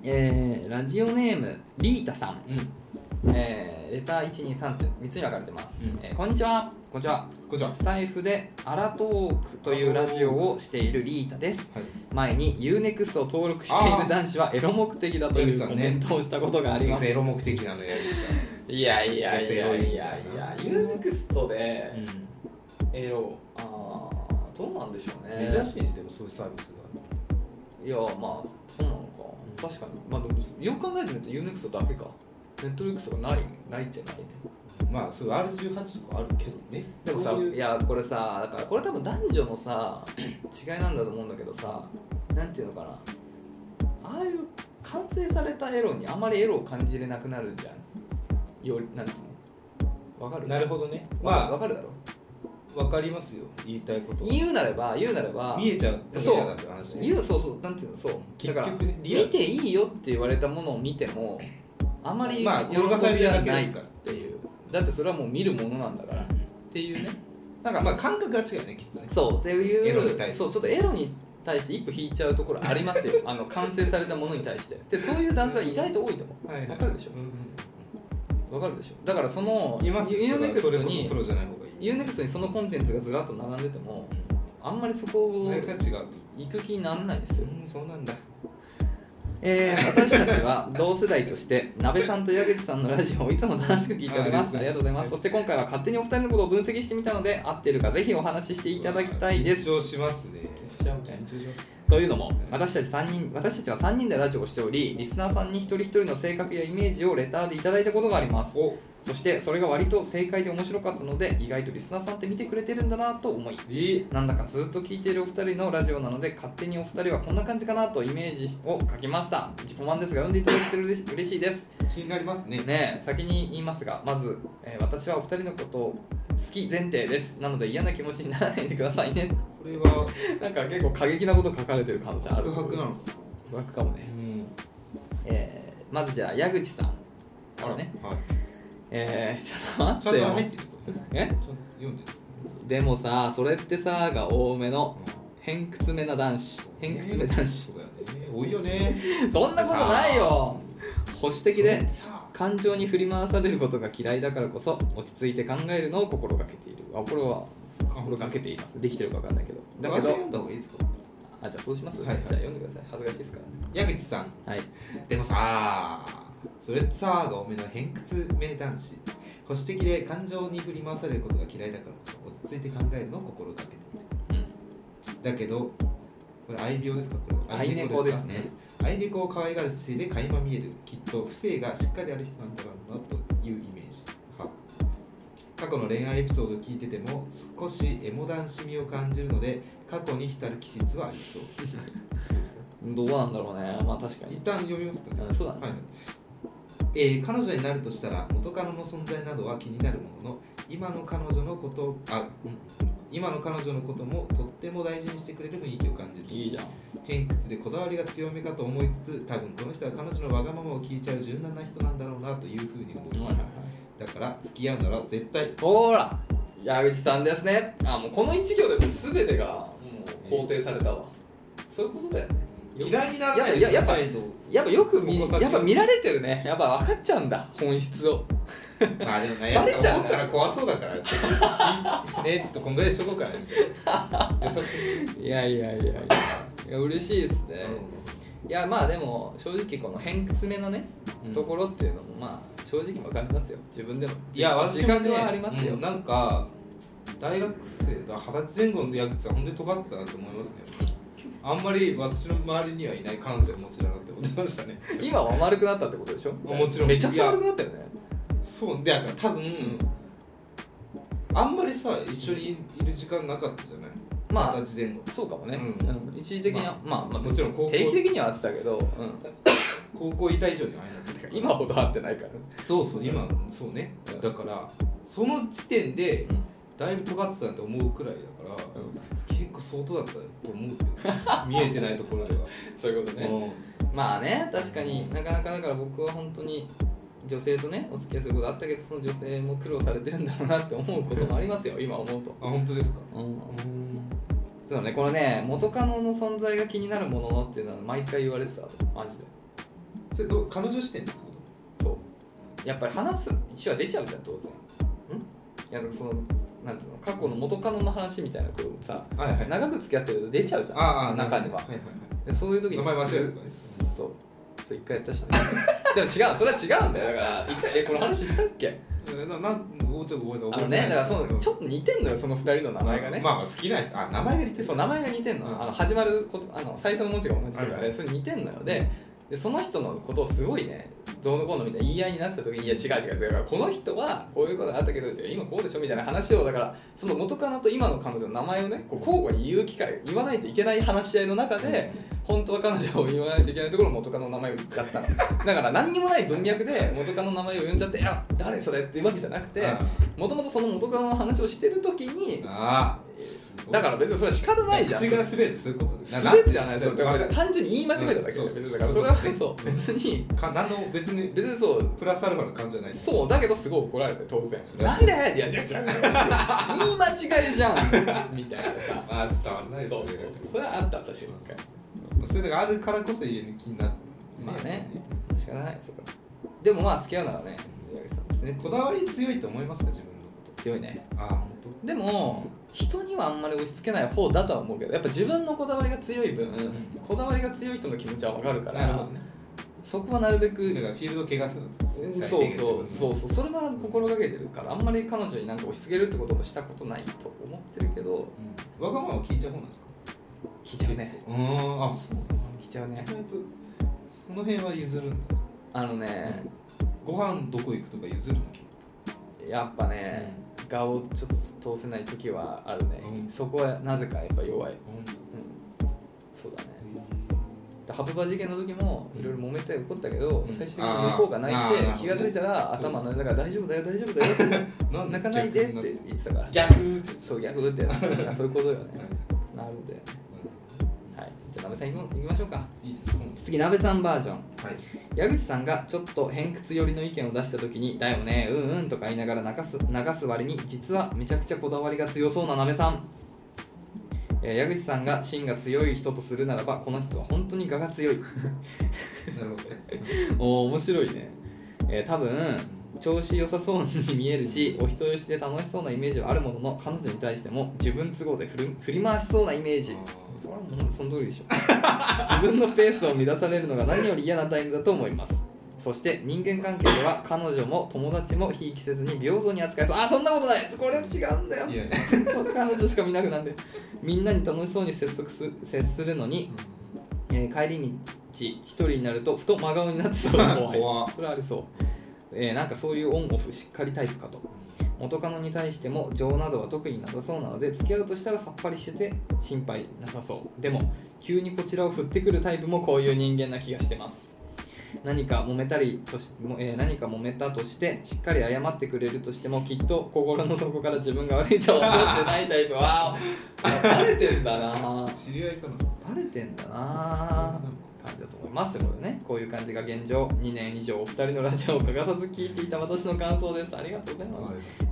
えーラジオネーム、リータさん。うんえーレター1、2、3って3つに分かれてます。うんえーこんにちは。こんにちは。こんにちはスタイフでアラトークというラジオをしているリータです。はい前に UNEXT を登録していあるー男子はエロ目的だと江い口さうねんコメントをしたことがあります。ゼロ目的なのやり いやいやいやいやいやや、つエロいみたいさ UNEXT でエロ、あーどうなんでしょうね。珍しいねでもそういうサービスがいやまあそうなのんか、確かにまあでもよく考えてみると UNEXT だけか Netflix とかないないじゃないねまあそう R18 とかあるけどねでもさそういういやこれさだからこれ多分男女のさ 違いなんだと思うんだけどさなんていうのかなああいう完成されたエロにあまりエロを感じれなくなるじゃんよりなんていうのわかるなるほどねわかまるわかるだろあわかりますよ言いたいこと言うなれば言うなれば見えちゃうそうだって話ね言うそうそうなんていうのそう結だから局ねリアル見ていいよって言われたものを見てもあまりまあ転がされるだけですからっていうだってそれはもう見るものなんだからっていうねなんか、まあ感覚が違うねきっとねそうっていうエロに対するそうちょっとエロに対して一歩引いちゃうところありますよ あの完成されたものに対してでそういう男性は意外と多いと思うはいわかるでしょうんうんわかるでしょだからそのいますよユーネクスそトれこそにプロじゃない方がいいユーネクストにそのコンテンツがずらっと並んでてもあんまりそこを大学さん違う行く気にならないですようんそうなんだえー私たちは同世代として鍋さんと矢口さんのラジオをいつも楽しく聞いておりますあありありががととううごござざいいまますすそして今回は勝手にお二人のことを分析してみたので合っているかぜひお話ししていただきたいです緊張しますね緊張しますというのも私たち3人私たちは3人でラジオをしておりリスナーさんに一人一人の性格やイメージをレターでいただいたことがありますおそしてそれが割と正解で面白かったので意外とリスナーさんって見てくれてるんだなと思いいいなんだかずっと聞いているお二人のラジオなので勝手にお二人はこんな感じかなとイメージを書きました自己満ですが読んでいただけてる嬉し嬉しいです気になりますねねえ先に言いますがまず、えー私はお二人のことを好き前提ですなので嫌な気持ちにならないでくださいね これはなんか結構過激なこと書かれてる可能性ある告白なのか告白かもね、えーまずじゃあ矢口さんからねはいえー、ちょっちとゃん待とっ入っててよるえちゃんと読んでるでもさそれってさが多めの偏屈めな男子偏屈め男そ、子うだよね多いよねそんなことないよ保守的でさあ感情に振り回されることが嫌いだからこそ落ち着いて考えるのを心がけているあこれは心がけていますできてるか分かんないけどだけ私ど読んだ方がいいですかあじゃあそうします、はいはいじゃあ読んでください恥ずかしいですか矢口さんらはいでもさそれってさが多めの偏屈名男子保守的で感情に振り回されることが嫌いだからこそ落ち着いて考えるのを心がけてるだけどこれ愛病ですかこれうんは愛猫ですね愛猫を可愛がる姿勢で垣間見えるきっと不正がしっかりある人なんだろうなというイメージは過去の恋愛エピソードを聞いてても少しエモ男子味を感じるので過去に浸る気質はありそうどうなんだろうねまあ確か一に旦読みますかねうんそうだね、はいえー彼女になるとしたら元カノの存在などは気になるものの今の彼女のことあ、うん、今の彼女のこともとっても大事にしてくれる雰囲気を感じるいしいじゃん偏屈でこだわりが強めかと思いつつ多分この人は彼女のわがままを聞いちゃう柔軟な人なんだろうなというふうに思いますだから付き合うなら絶対ほーら矢口さんですねあもうこの一行でもう全てがもう肯定されたわそういうことだよね嫌いにならないいやいややっぱ再度やっぱよく見ここ先やっぱ見られてるねやっぱ分かっちゃうんだ本質をまあでもねやバっぱレちゃう思ったら怖そうだからちょっと しねちょっとこんぐらいしとこうかなみたいな優しいいやいやいやいやいや嬉しいですねいやまあでも正直この偏屈めのね、うんところっていうのもまあ正直分かりますよ自分でもいや私自もね覚はありますよ、うんなんか大学生だ二十歳前後の矢口さん本当に尖ってたなと思いますねあんまり私の周りにはいない感性を持ちだなって思ってましたね今は丸くなったってことでしょあもちろんめちゃくちゃ丸くなったよねそうでだから多分あんまりさ一緒にいる時間なかったじゃないまあ二十歳前後そうかもね、うんうん一時的には、まあ、まあもちろん高校定期的には会ってたけど、うん、高校いた以上に会えなかったから今ほど会ってないから、そうそう今そうねうんだからその時点でうんだいぶ尖ってたなって思うくらいだから結構相当だったと思うけど見えてないところではそういうことね、うんまあね確かになかなかだから僕は本当に女性とねお付き合いすることあったけどその女性も苦労されてるんだろうなって思うこともありますよ今思うと、あ本当ですかうん、うんそうねこれね元カノの存在が気になるもののっていうのは毎回言われてたマジでそれどう彼女視点ってこそうやっぱり話す一は出ちゃうじゃん当然んいやだからそのなんていうの過去の元カノの話みたいなこともさとはいはい長く付き合ってると出ちゃうじゃんああ中にははいはいはいでそういう時に名前間違えるとかねそうそう一回やったしね でも違うそれは違うんだよだから一回えこの話したっけえななんもうちょっと覚えてあのねだからそのちょっっと似てんのよその2人の名前がね、まあまあ好きな人あ名前が似てでるそう名前が似てんの,、うんあの始まることあの最初の文字が同じとかで、はいはいそれ似てんのよででその人のことをすごいねどうのこうのみたいな言い合いになってた時にいや違う違うだからこの人はこういうことがあったけど違う今こうでしょみたいな話をだからその元カノと今の彼女の名前をねこう交互に言う機会言わないといけない話し合いの中で、本当は彼女を言わないといけないところを元カノの名前を言っちゃった のだから何にもない文脈で元カノの名前を呼んじゃって「いや誰それ?」っていうわけじゃなくてあもともとその元カノの話をしてる時にああだから別にそれは仕方ないじゃん口が滑るってそういうことです滑ってじゃないそそうだからう単純に言い間違えただけでうん別にそうだからそそうれはそう別にか何の別に別にそうプラスアルファの感じじゃないそうだけどすごい怒られて当然そ「りゃなそんで?」いやいやいや言い間違いじゃん」みたいなさまあ伝わらないですそよねうそうそうそれはあった私も一回まあそういうのがあるからこそ家に気になるまあね仕方ないそこでもまあ付き合うならね宮口さんですねこだわり強いと思いますか自分のこ強いねとああ本当でも人にはあんまり押し付けない方だとは思うけどやっぱ自分のこだわりが強い分、んこだわりが強い人の気持ちは分かるからなるほどねそこはなるべだくからフィールド怪我するんですうねん最そう低限そ自う分そのうそうそれは心がけてるからあんまり彼女になんか押し付けるってこともしたことないと思ってるけどうんわがままを聞いちゃう方なんですか聞いちゃうねうーんあそう聞いちゃうね意外とその辺は譲るんだあのねご飯どこ行くとか譲るのやっぱね画をちょっと通せない時はあるねうんそこはなぜかやっぱ弱いうん本当そうだねでハプバ事件の時もいろいろ揉めて怒ったけど、うん最終的に向こうが泣いあーあーなるほどてね気が付いたらそうそ頭うの上だから大丈夫だよ大丈夫だよってなん泣かないでって言ってたから逆になってそう逆ってなそういうことよね逆なるんだよねはいじゃあ鍋さんいこ行きましょうかいいですか次鍋さんバージョンはい矢口さんがちょっと偏屈寄りの意見を出した時に「だよねうんうん」とか言いながら泣かす流す割に実はめちゃくちゃこだわりが強そうななべさん、えー矢口さんが芯が強い人とするならばこの人は本当に我が強いなるほどねおお面白いね、えー多分調子良さそうに見えるしお人よしで楽しそうなイメージはあるものの彼女に対しても自分都合で振る振り回しそうなイメージそれはもうその通りでしょ自分のペースを乱されるのが何より嫌なタイムだと思いますそして人間関係では彼女も友達もひいきせずに平等に扱いそうあそんなことないこれは違うんだよいやいや彼女しか見なくなんでみんなに楽しそうに接続す接するのに、えー帰り道一人になるとふと真顔になってそうな怖い怖それはありそう、えーなんかそういうオンオフしっかりタイプかと元カノに対しても情などは特になさそうなので付き合うとしたらさっぱりしてて心配なさそうでも急にこちらを振ってくるタイプもこういう人間な気がしてます何か揉めたりとし、もえー何か揉めたとしてしっかり謝ってくれるとしてもきっと心の底から自分が悪いとは思ってないタイプはバレてんだな知り合いかなバレてんだな感じだと思いますということでねこういう感じが現状2年以上お二人のラジオを欠かさず聞いていた私の感想ですありがとうござい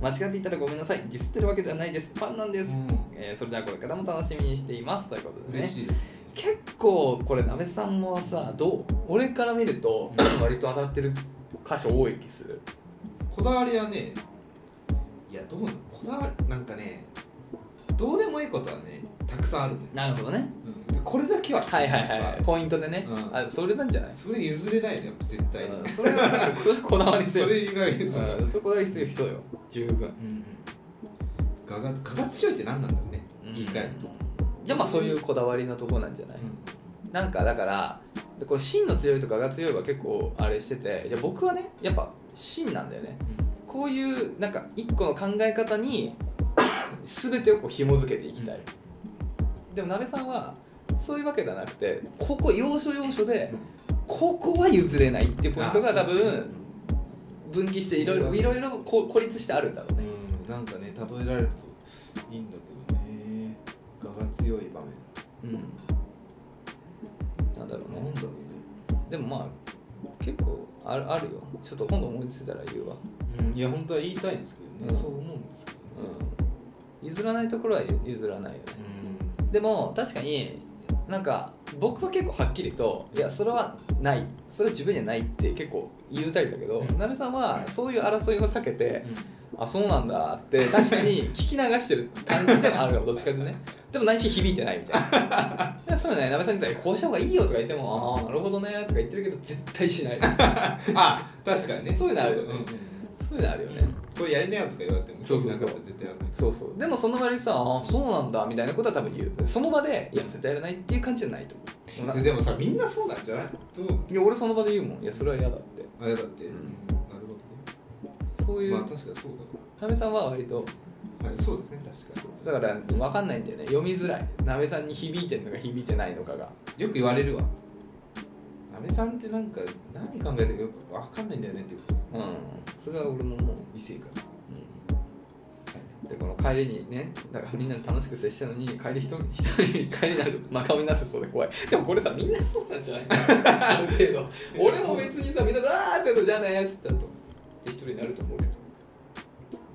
ます、間違っていたらごめんなさいディスってるわけではないですファンなんです、うんえーそれではこれからも楽しみにしていますということでね嬉しいですね結構これなべさんもさどう俺から見ると割と当たってる箇所多い気するこだわりはねいやどうなのこだわりなんかねどうでもいいことはねたくさんあるのよなるほどねうんこれだけははいはいはい、やっポイントでね、うんあそれなんじゃないぱ、それ譲れないねやっぱ絶対にうんそれはなんかそれはこだわりそ強いれ以外にそのうんそこだわり強い人よ十分うん我が我が強いって何なんだろうね言い換えるとじゃあまあそういうこだわりのとこなんじゃない、なんかだからでこれ芯の強いとかが強いは結構あれしてていや僕はねやっぱ芯なんだよねこういうなんか一個の考え方に全てをこう紐付けていきたい、でもなべさんはそういうわけじゃなくてここ要所要所でここは譲れないっていうポイントが多分分岐していろいろいろいろこう孤立してあるんだろうねうんなんかね例えられるといいんだけどね我が強い場面うんなんだろうなんねだろでもまあ結構あるあるよちょっと今度思いついたら言うわうねうんいや本当は言いたいんですけどうねんそう思うんですけどねうん、譲らないところは譲らないよねうんでも確かになんか僕は結構はっきりと「いやそれはないそれは自分にはない」って結構言うタイプだけど、うんなべさんはそういう争いを避けて「あそうなんだ」って確かに聞き流してる感じでは あるよどっちかというとねでも内心響いてないみたいなだからそういうのねなべさんにさ「こうした方がいいよ」とか言っても「ああなるほどね」とか言ってるけど絶対しないあ確かにねそういうのあるよねうんうんそういうのあるよねこれやりなよとか言われてもそうそうそうなかったら絶対やらないそうそうでもその場にさ「あそうなんだ」みたいなことは多分言うその場で「いや絶対やらない」っていう感じじゃないと思そうれでもさみんなそうなんじゃないどういや俺その場で言うもん「いやそれは嫌だ」ってあれだって、うんなるそほうどねいうまあな確かにそうべ、さんは割とだわはいそうですね確かにだから分かんないんだよね読みづらいなべさんに響いてるのか響いてないのかがよく言われるわ安倍さんってなんか何考えてるかよく分かんないんだよねっていううんそれは俺ももう異性から、うんでこの帰りにねだからみんなで楽しく接したのに帰り一人一人帰りになると真顔になってそうで怖いでもこれさみんなそうなんじ ゃないある程度俺も別にさみんなが「あー」ってやると「じゃあね」っつったとで一人になると思うけど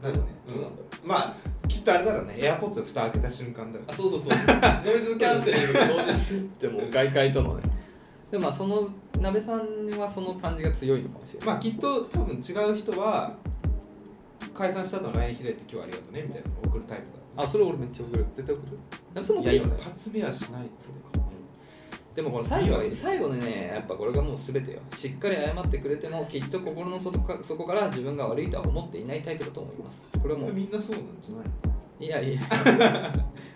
なんかね、どうなんだろうまあきっとあれだろうねエアポッツの蓋開けた瞬間だろあそうそうそうノイズキャンセリングが同時すってもう外界とのねでもまあその鍋さんはその感じが強いのかもしれない、まあきっと多分違う人は解散した後の LINE 開いて今日はありがとうねみたいなの送るタイプあそれ俺めっちゃ送る絶対送る鍋さんだもい送やるよ一ね発目はしないですねでもこの最後いいわ最後のねやっぱこれがもう全てよしっかり謝ってくれてもきっと心の底か底から自分が悪いとは思っていないタイプだと思いますこれはもうみんなそうなんじゃないいや いや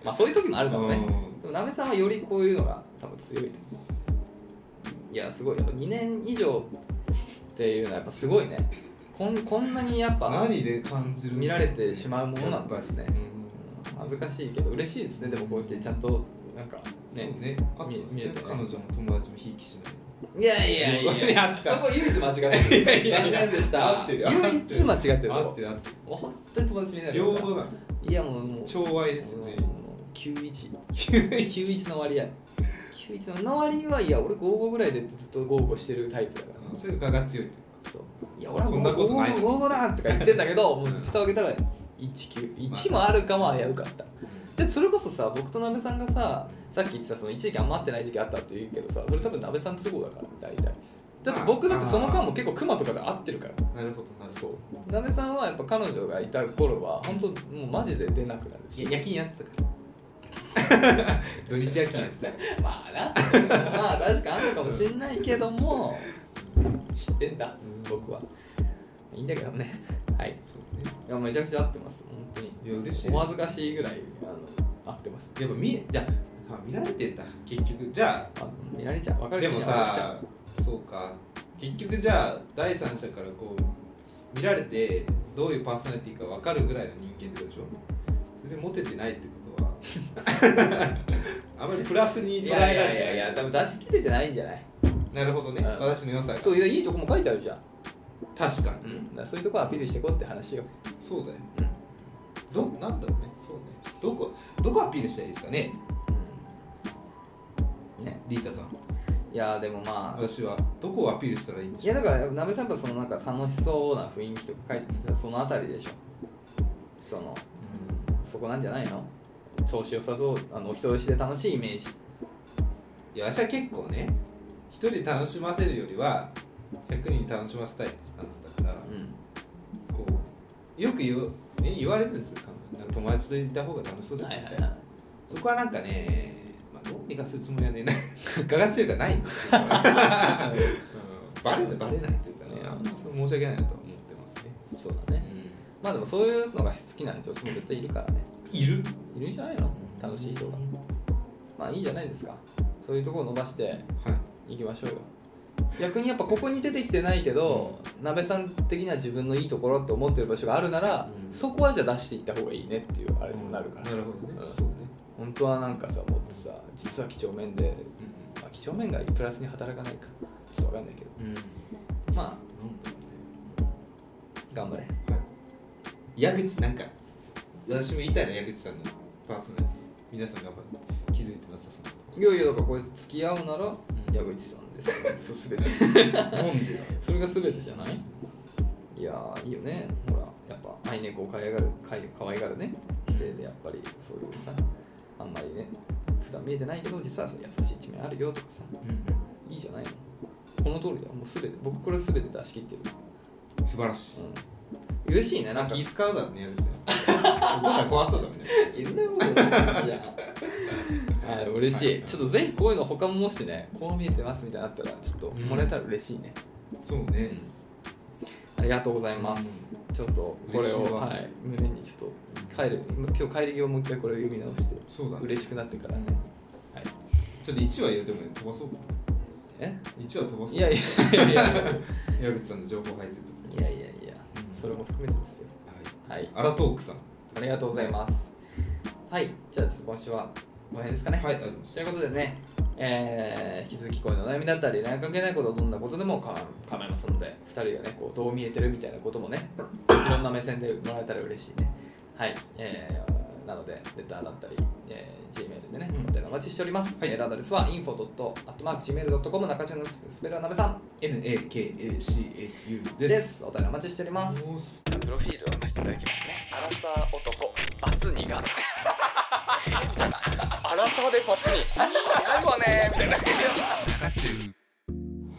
まあそういう時もあるかもねでもなべさんはよりこういうのが多分強いと思ういやすごいやっぱ2年以上っていうのはやっぱすごいねこんこんなにやっぱ何で感じる見られてしまうものなんですねやっぱうん恥ずかしいけど嬉しいですねでもこうやってちゃんとなんかりうんねそうね見あと見れてね彼女の友達もひいきしないいやいやいやいやそこ唯一間違ってるいやい やいや残念でした合ってるよ唯一間違ってるあっもてるあってるう本当に友達見れない 平等なのいやもうもう調和ですよ全員9191の割合91の割にはいや俺55ぐらいでってずっと55してるタイプだかそれがが強いってらそういや俺はそんなことない55だとか言ってんだ けどもううん蓋を開けたら191もあるかも危うかったでそれこそさ僕と鍋さんがささっき言ってたその一時期あんま会ってない時期あったって言うけどさそれ多分鍋さん都合だから大体だって僕だってその間も結構クマとかで会ってるからなるほどなるほそうなべさんはやっぱ彼女がいた頃は本当もうマジで出なくなるしど夜勤やってたから 土日夜勤やってたからまあなまあ確かあんのかもしんないけども知ってんだうん僕はいいんだけどねはい そうねいやめちゃくちゃ合ってます本当にいや嬉しいですお恥ずかしいぐらいあの合ってますでも見じゃああ見られてんだ結局じゃあ見られちゃう分かあるで人もには分かっちゃさそうか結局じゃあ第三者からこう見られてどういうパーソナリティか分かるぐらいの人間ってことでしょそれでモテてないってことは あまりプラスうにい捉えらやれいてなやいいやいや多分出し切れてないんじゃないなるほどね、うん私の良さがそういやいいとこも書いてあるじゃん、確かうに、ん、だからそういうとこアピールしてこうって話よ、そうだようんどなんだろうねそうねどこどこアピールしたらいいですかねうん、ねリータさんいやでもまあ私はどこをアピールしたらいいんでいしょやだからなべさんやっぱそのなんか楽しそうな雰囲気とか書いてたそのあたりでしょそのう、そこなんじゃないの調子良さそうあのお人よしで楽しいイメージいや私は結構ね一人で楽しませるよりは100人楽しませたいってスタンスだから、うこうよく言う、ね、言われるんですよ彼女なんか友達といた方が楽しそうだはよいみはたいいなはそこはなんかね、まあ、どうにかするつもりはね ない我が強いがないんですよ、うん、バレな いバレないというかねあんまそう申し訳ないなとは思ってますね、いそうだねまあでもそういうのが好きな女性も絶対いるからねいるいるんじゃないの楽しい人がまあいいじゃないですかそういうところを伸ばしてはいいきましょうよ逆にやっぱここに出てきてないけど、なべさん的には自分のいいところって思ってる場所があるなら、うんそこはじゃあ出していった方がいいねっていうあれにもなるから、なるほどね、うんそうね、本当はなんかさもっとさ実は几帳面で、うまあ、几帳面がプラスに働かないかちょっとわかんないけどんうん、なんだまろあ頑張れうね、はい、矢口なんか私も言いたいな矢口さんのパーソナリティ皆さんがまだ気づいてなさそうなといやいやだからこれ付き合うならん矢口さんですそう 全てころなんでだそれが全てじゃないいやーいいよねほらやっぱ愛猫を飼いがる飼い可愛がるね姿勢でやっぱりそういうさあんまりね普段見えてないけど実はそう優しい一面あるよとかさういいじゃないのこの通りだよもう全て僕これ全て出し切ってるん、素晴らしい、うん嬉しいねななんんかか気使うだろうね矢口さん僕は怖そうだもんねいんなことないじゃんはい嬉しいちょっとぜひこういうの他ももしねこう見えてますみたいなのあったらちょっともらえたら嬉しいね、そうね、ありがとうございます、ちょっとこ嬉れしいを、わはい、胸にちょっと帰る今日帰り際もう一回これを読み直してそうだね嬉しくなってからね、はい、ちょっと1話言うてもね飛ばそうかえ1話飛ばそういいやいやいや いや矢口さんの情報入ってると思いやいやいやそれも含めてですようはいはいアラトークさんありがとうございますはいじゃあちょっと今週はこの辺ですかねはいありがとうございましたということでね、えー引き続き恋のお悩みだったり恋愛関係ないことどんなことでもか構いませんので2人がねこうどう見えてるみたいなこともねいろんな目線でもらえたら嬉しいねはい、えーなのでレターだったり、えー、Gmail でねうんお便りお待ちしております、はいえーラドレスは info.gmail.com 中中のスペラーなべさん NAKACHU でですすお便りお待ちしておりますプロフィールを出していただきますね。アラサー男、バツニ が。アラサーでバツニ。やるわねみたいな。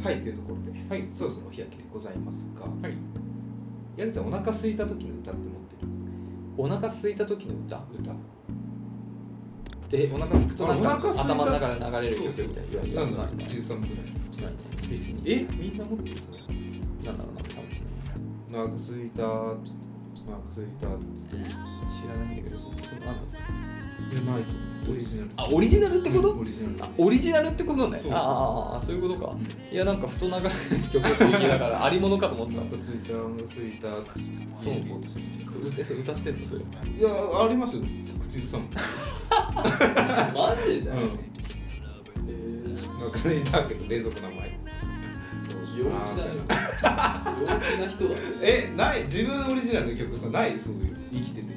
はいというところで、はい、そろそろお開きでございますが、はい、矢口さんお腹空いた時の歌って持ってるお腹空いた時の歌。歌で、お腹空くとなんかあお腹空いた頭の中で流れる曲みたいな。いやいや、ないなんねだ。13分ぐらいないね別に。えみんな持ってるんじゃないなんだろうな、多分知お腹空いたお腹空いたらないんだけど、そのなんか。いやないと思うオリジナルあ、オリジナルってこと、うんオリジナルあオリジナルってことそうね。そうそうああああ、そういうことか。うんいや、なんかふと流れる曲って言いながら、ありものかと思ってたお。腹空いたお腹空いたそうえ、それ歌ってんのそれ。いやありますよ口ずさむマジじゃん。うんえーお腹空いたけど冷蔵庫の名前陽気だよ。陽気な人だね。えない自分オリジナルの曲さないですそういう生きてて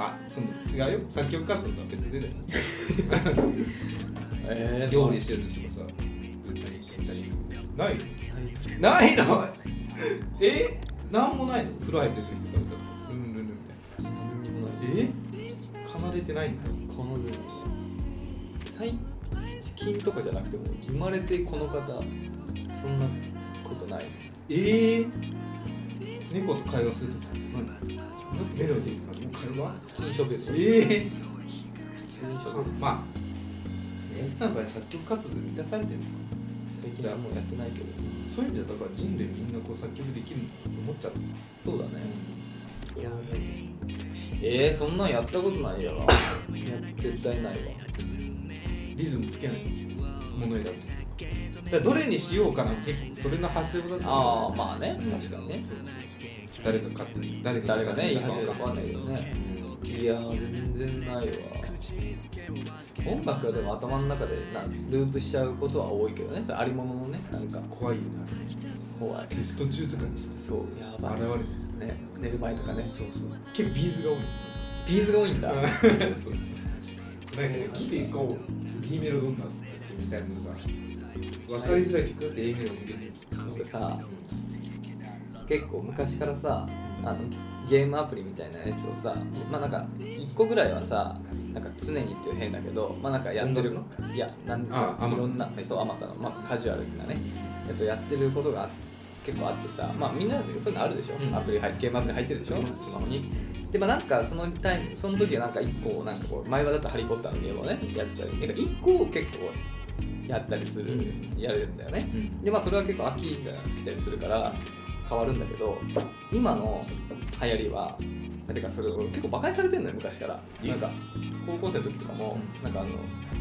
あその違うよ作曲活動とは別でねえー、料理してる時もさ歌い歌いないよはいないのえなんもないの風呂入ってる時とか歌うとルンルンルンみ何にもない。たいなえ奏でてないんだこの分最近とかじゃなくても生まれてこの方そんなことない。えー、猫と会話する時何メロディーとかの会話普通に喋る。え普通にえ喋る。まあ八木さんの場合作曲活動で満たされてるのかな最近はもうやってないけど。そういう意味ではだから人類みんなこう作曲できると思っちゃった、そうだね。えー、そんなんやったことないやわ。絶対ないわ。リズムつけないもの選ぶとかだからどれにしようかな結構それの発想だと思ああ、まあね。うん確かにね。う誰が勝手に誰誰がね、いい勝か手にわかんないけどね。いやー全然ないわ音楽はでも頭の中でなループしちゃうことは多いけどねそれありもののねなんか怖いよな怖いテスト中とかにさそうやばい現れてね寝る前とかねそうそう結構ビーズが多いビーズが多いんだそうそうなんかね来てこう B メロどんなっすかってみたいなのが分かりづらい曲だって A メロも出るんですよ俺さ結構昔からさあのゲームアプリみたいなやつをさまあなんか1個ぐらいはさなんか常にっていう変だけどまあなんかやってる音いやなんああまたいろんなそうあまたの、まあ、カジュアルなねやつをやってることが結構あってさまあみんなそういうのあるでしょ、うんアプリ入ゲームアプリ入ってるでしょスマホにでまあなんかそのタイムその時はなんか1個なんかこう前はだと「ハリー・ポッター」のゲームをねやってたりなんか1個を結構やったりする、うんやるんだよね、うんでまあそれは結構秋が来たりするから変わるんだけど今の流行りはてかそれを結構馬鹿にされてんのよ昔からえなんか高校生の時とかも、うなんかあの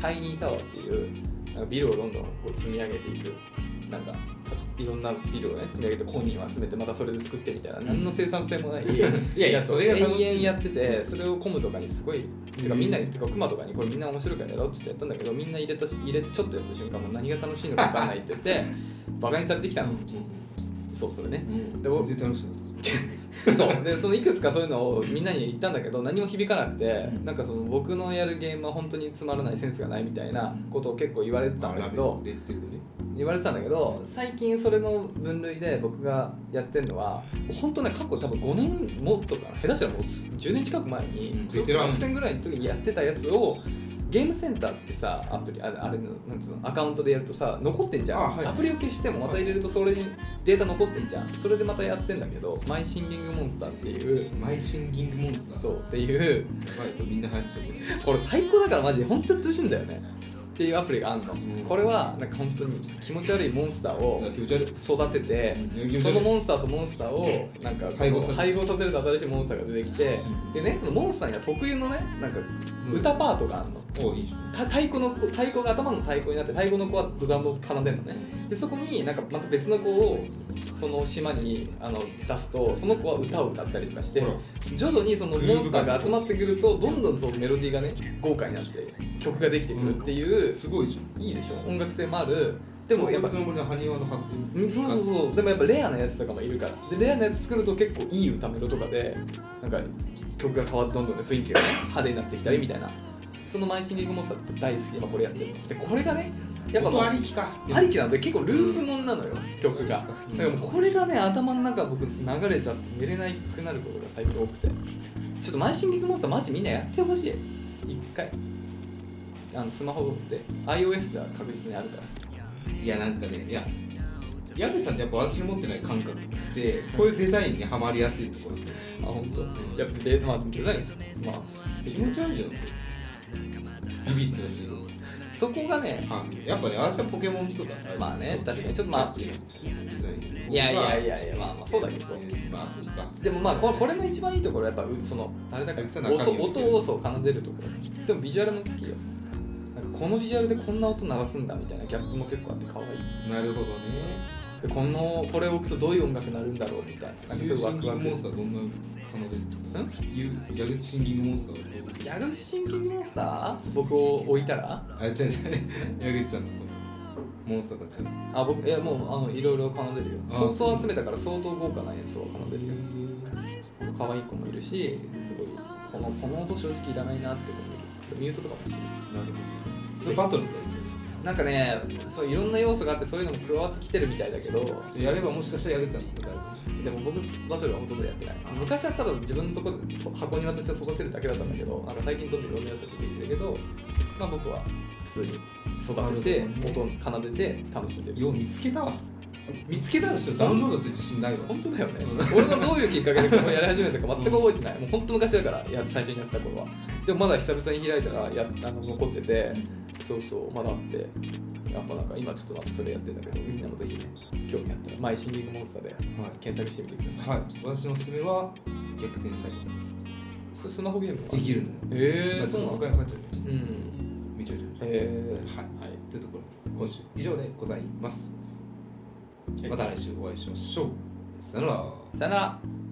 タイニータワーっていうなんかビルをどんどんこう積み上げていくなんかいろんなビルをね積み上げてコインを集めてまたそれで作ってみたいな、うん何の生産性もない いやいやそれが楽しい延々やっててそれをコムとかにすごいてかみんなにてかクマとかにこれみんな面白いからやろうって言ってやったんだけどみんな入れたし入れてちょっとやった瞬間もう何が楽しいのか分かんないって言ってバカにされてきたのそうそれねうんでも全然楽しくないそうでそのいくつかそういうのをみんなに言ったんだけど何も響かなくて、うんなんかその僕のやるゲームは本当につまらないセンスがないみたいなことを結構言われてたんだけどレッテルでね言われてたんだけど最近それの分類で僕がやってるのは本当ね過去多分5年もっとかな下手したらもう10年近く前に、うんそれベテラン学生ぐらいの時にやってたやつをゲームセンターってさアプリああれのなんつうのアカウントでやるとさ残ってんじゃんあはいアプリを消してもまた入れるとそれにデータ残ってんじゃんそれでまたやってんだけどマイシンギングモンスターっていうマイシンギングモンスターそうっていうやばいよみんな入っちゃってるこれ最高だからマジで本当にやってほしいんだよねっていうアプリがあるの、んこれはなんか本当に気持ち悪いモンスターをなんか気持ち悪い育てて、うんそのモンスターとモンスターをなんか配合させる配合させると新しいモンスターが出てきて、うんでねそのモンスターには特有のねなんかうん歌パートがあるの。おいいじゃんた太鼓の子太鼓が頭の太鼓になって太鼓の子はドラムを奏でるのねでそこになんかまた別の子をその島にあの出すとその子は歌を歌ったりとかしてほら徐々にそのモンスターが集まってくるとどんどんそのメロディーがね豪華になって曲ができてくるっていう、すごいじゃんいいでしょ音楽性もあるででももややっっぱぱその森の埴輪の発想うそうそうでもやっぱレアなやつとかもいるからでレアなやつ作ると結構いい歌メロとかでなんか曲が変わってどんどんね雰囲気がね派手になってきたりみたいなその「マイシンギングモンスター」って大好き今これやってるのでこれがねやっぱもう音ありきかありきなんで結構ループもんなのよ、曲がうんだからもうこれがね頭の中僕流れちゃって寝れなくなることが最近多くてちょっと「マイシンギングモンスター」マジみんなやってほしい一回あのスマホで iOS では確実にあるからいやなんかねいや矢口さんってやっぱ私の持ってない感覚でこういうデザインにはまりやすいところあ本当。やっぱデ,、まあ、デザインまあ気持ち悪いじゃんビビってるしそこがねあやっぱね私はポケモンとかまあね確かにちょっとまあデザインいやいやいやいやまあまあそうだけどまあそうかでもまあここれの一番いいところはやっぱうそのあれだから草音中身を見てる音をそう奏でるところでもビジュアルも好きよなんかこのビジュアルでこんな音鳴らすんだみたいなギャップも結構あって可愛いなるほどねでこのこれを置くとどういう音楽になるんだろうみたいななんかユーそういうシワンクギワングモンクスターどんな奏でるんユー矢口シンギングモンスターはどうギャグシンキングモンスター僕を置いたらあ、違う違う、矢口さんのこのモンスターたちが。あ僕いやもうあのいろいろ奏でるよあ相そ当集めたから相当豪華なやつを奏でるよ可愛い子もいるしすごいこのこの音正直いらないなって子もいるミュートとかもできるなるほど。バトルとかなんかねそういろんな要素があってそういうのも加わってきてるみたいだけどややればもしかしたら矢口さんとかやるかもしれない。でも僕バトルはほとんどやってない昔はただ自分のとこでそ箱庭として育てるだけだったんだけどなんか最近どんどんいろんな要素が出てきてるけどまあ僕は普通に育てて、なるほ音どを奏でて楽しんでるよう見つけたわ。見つけたでしょ、ダウンロードする自信ないわ。本当だよね、俺がどういうきっかけでこれやり始めたか全く覚えてない、もう本当昔だからや最初にやってた頃はでもまだ久々に開いたらやあの残ってて、そうそうまだあってやっぱなんか今ちょっとまたそれやってんだけどみんなもぜひね興味あったら「マイシンギングモンスター」で検索してみてください、はい。私のおすすめは逆転裁判それスマホゲームはできるのよ。ええまあー、ちそょうっなと他のにかっちゃうけどうん見ちゃいてくださいはえいー、はいというところで、今週以上でございます。また来週お会いしましょう。さよなら。さよなら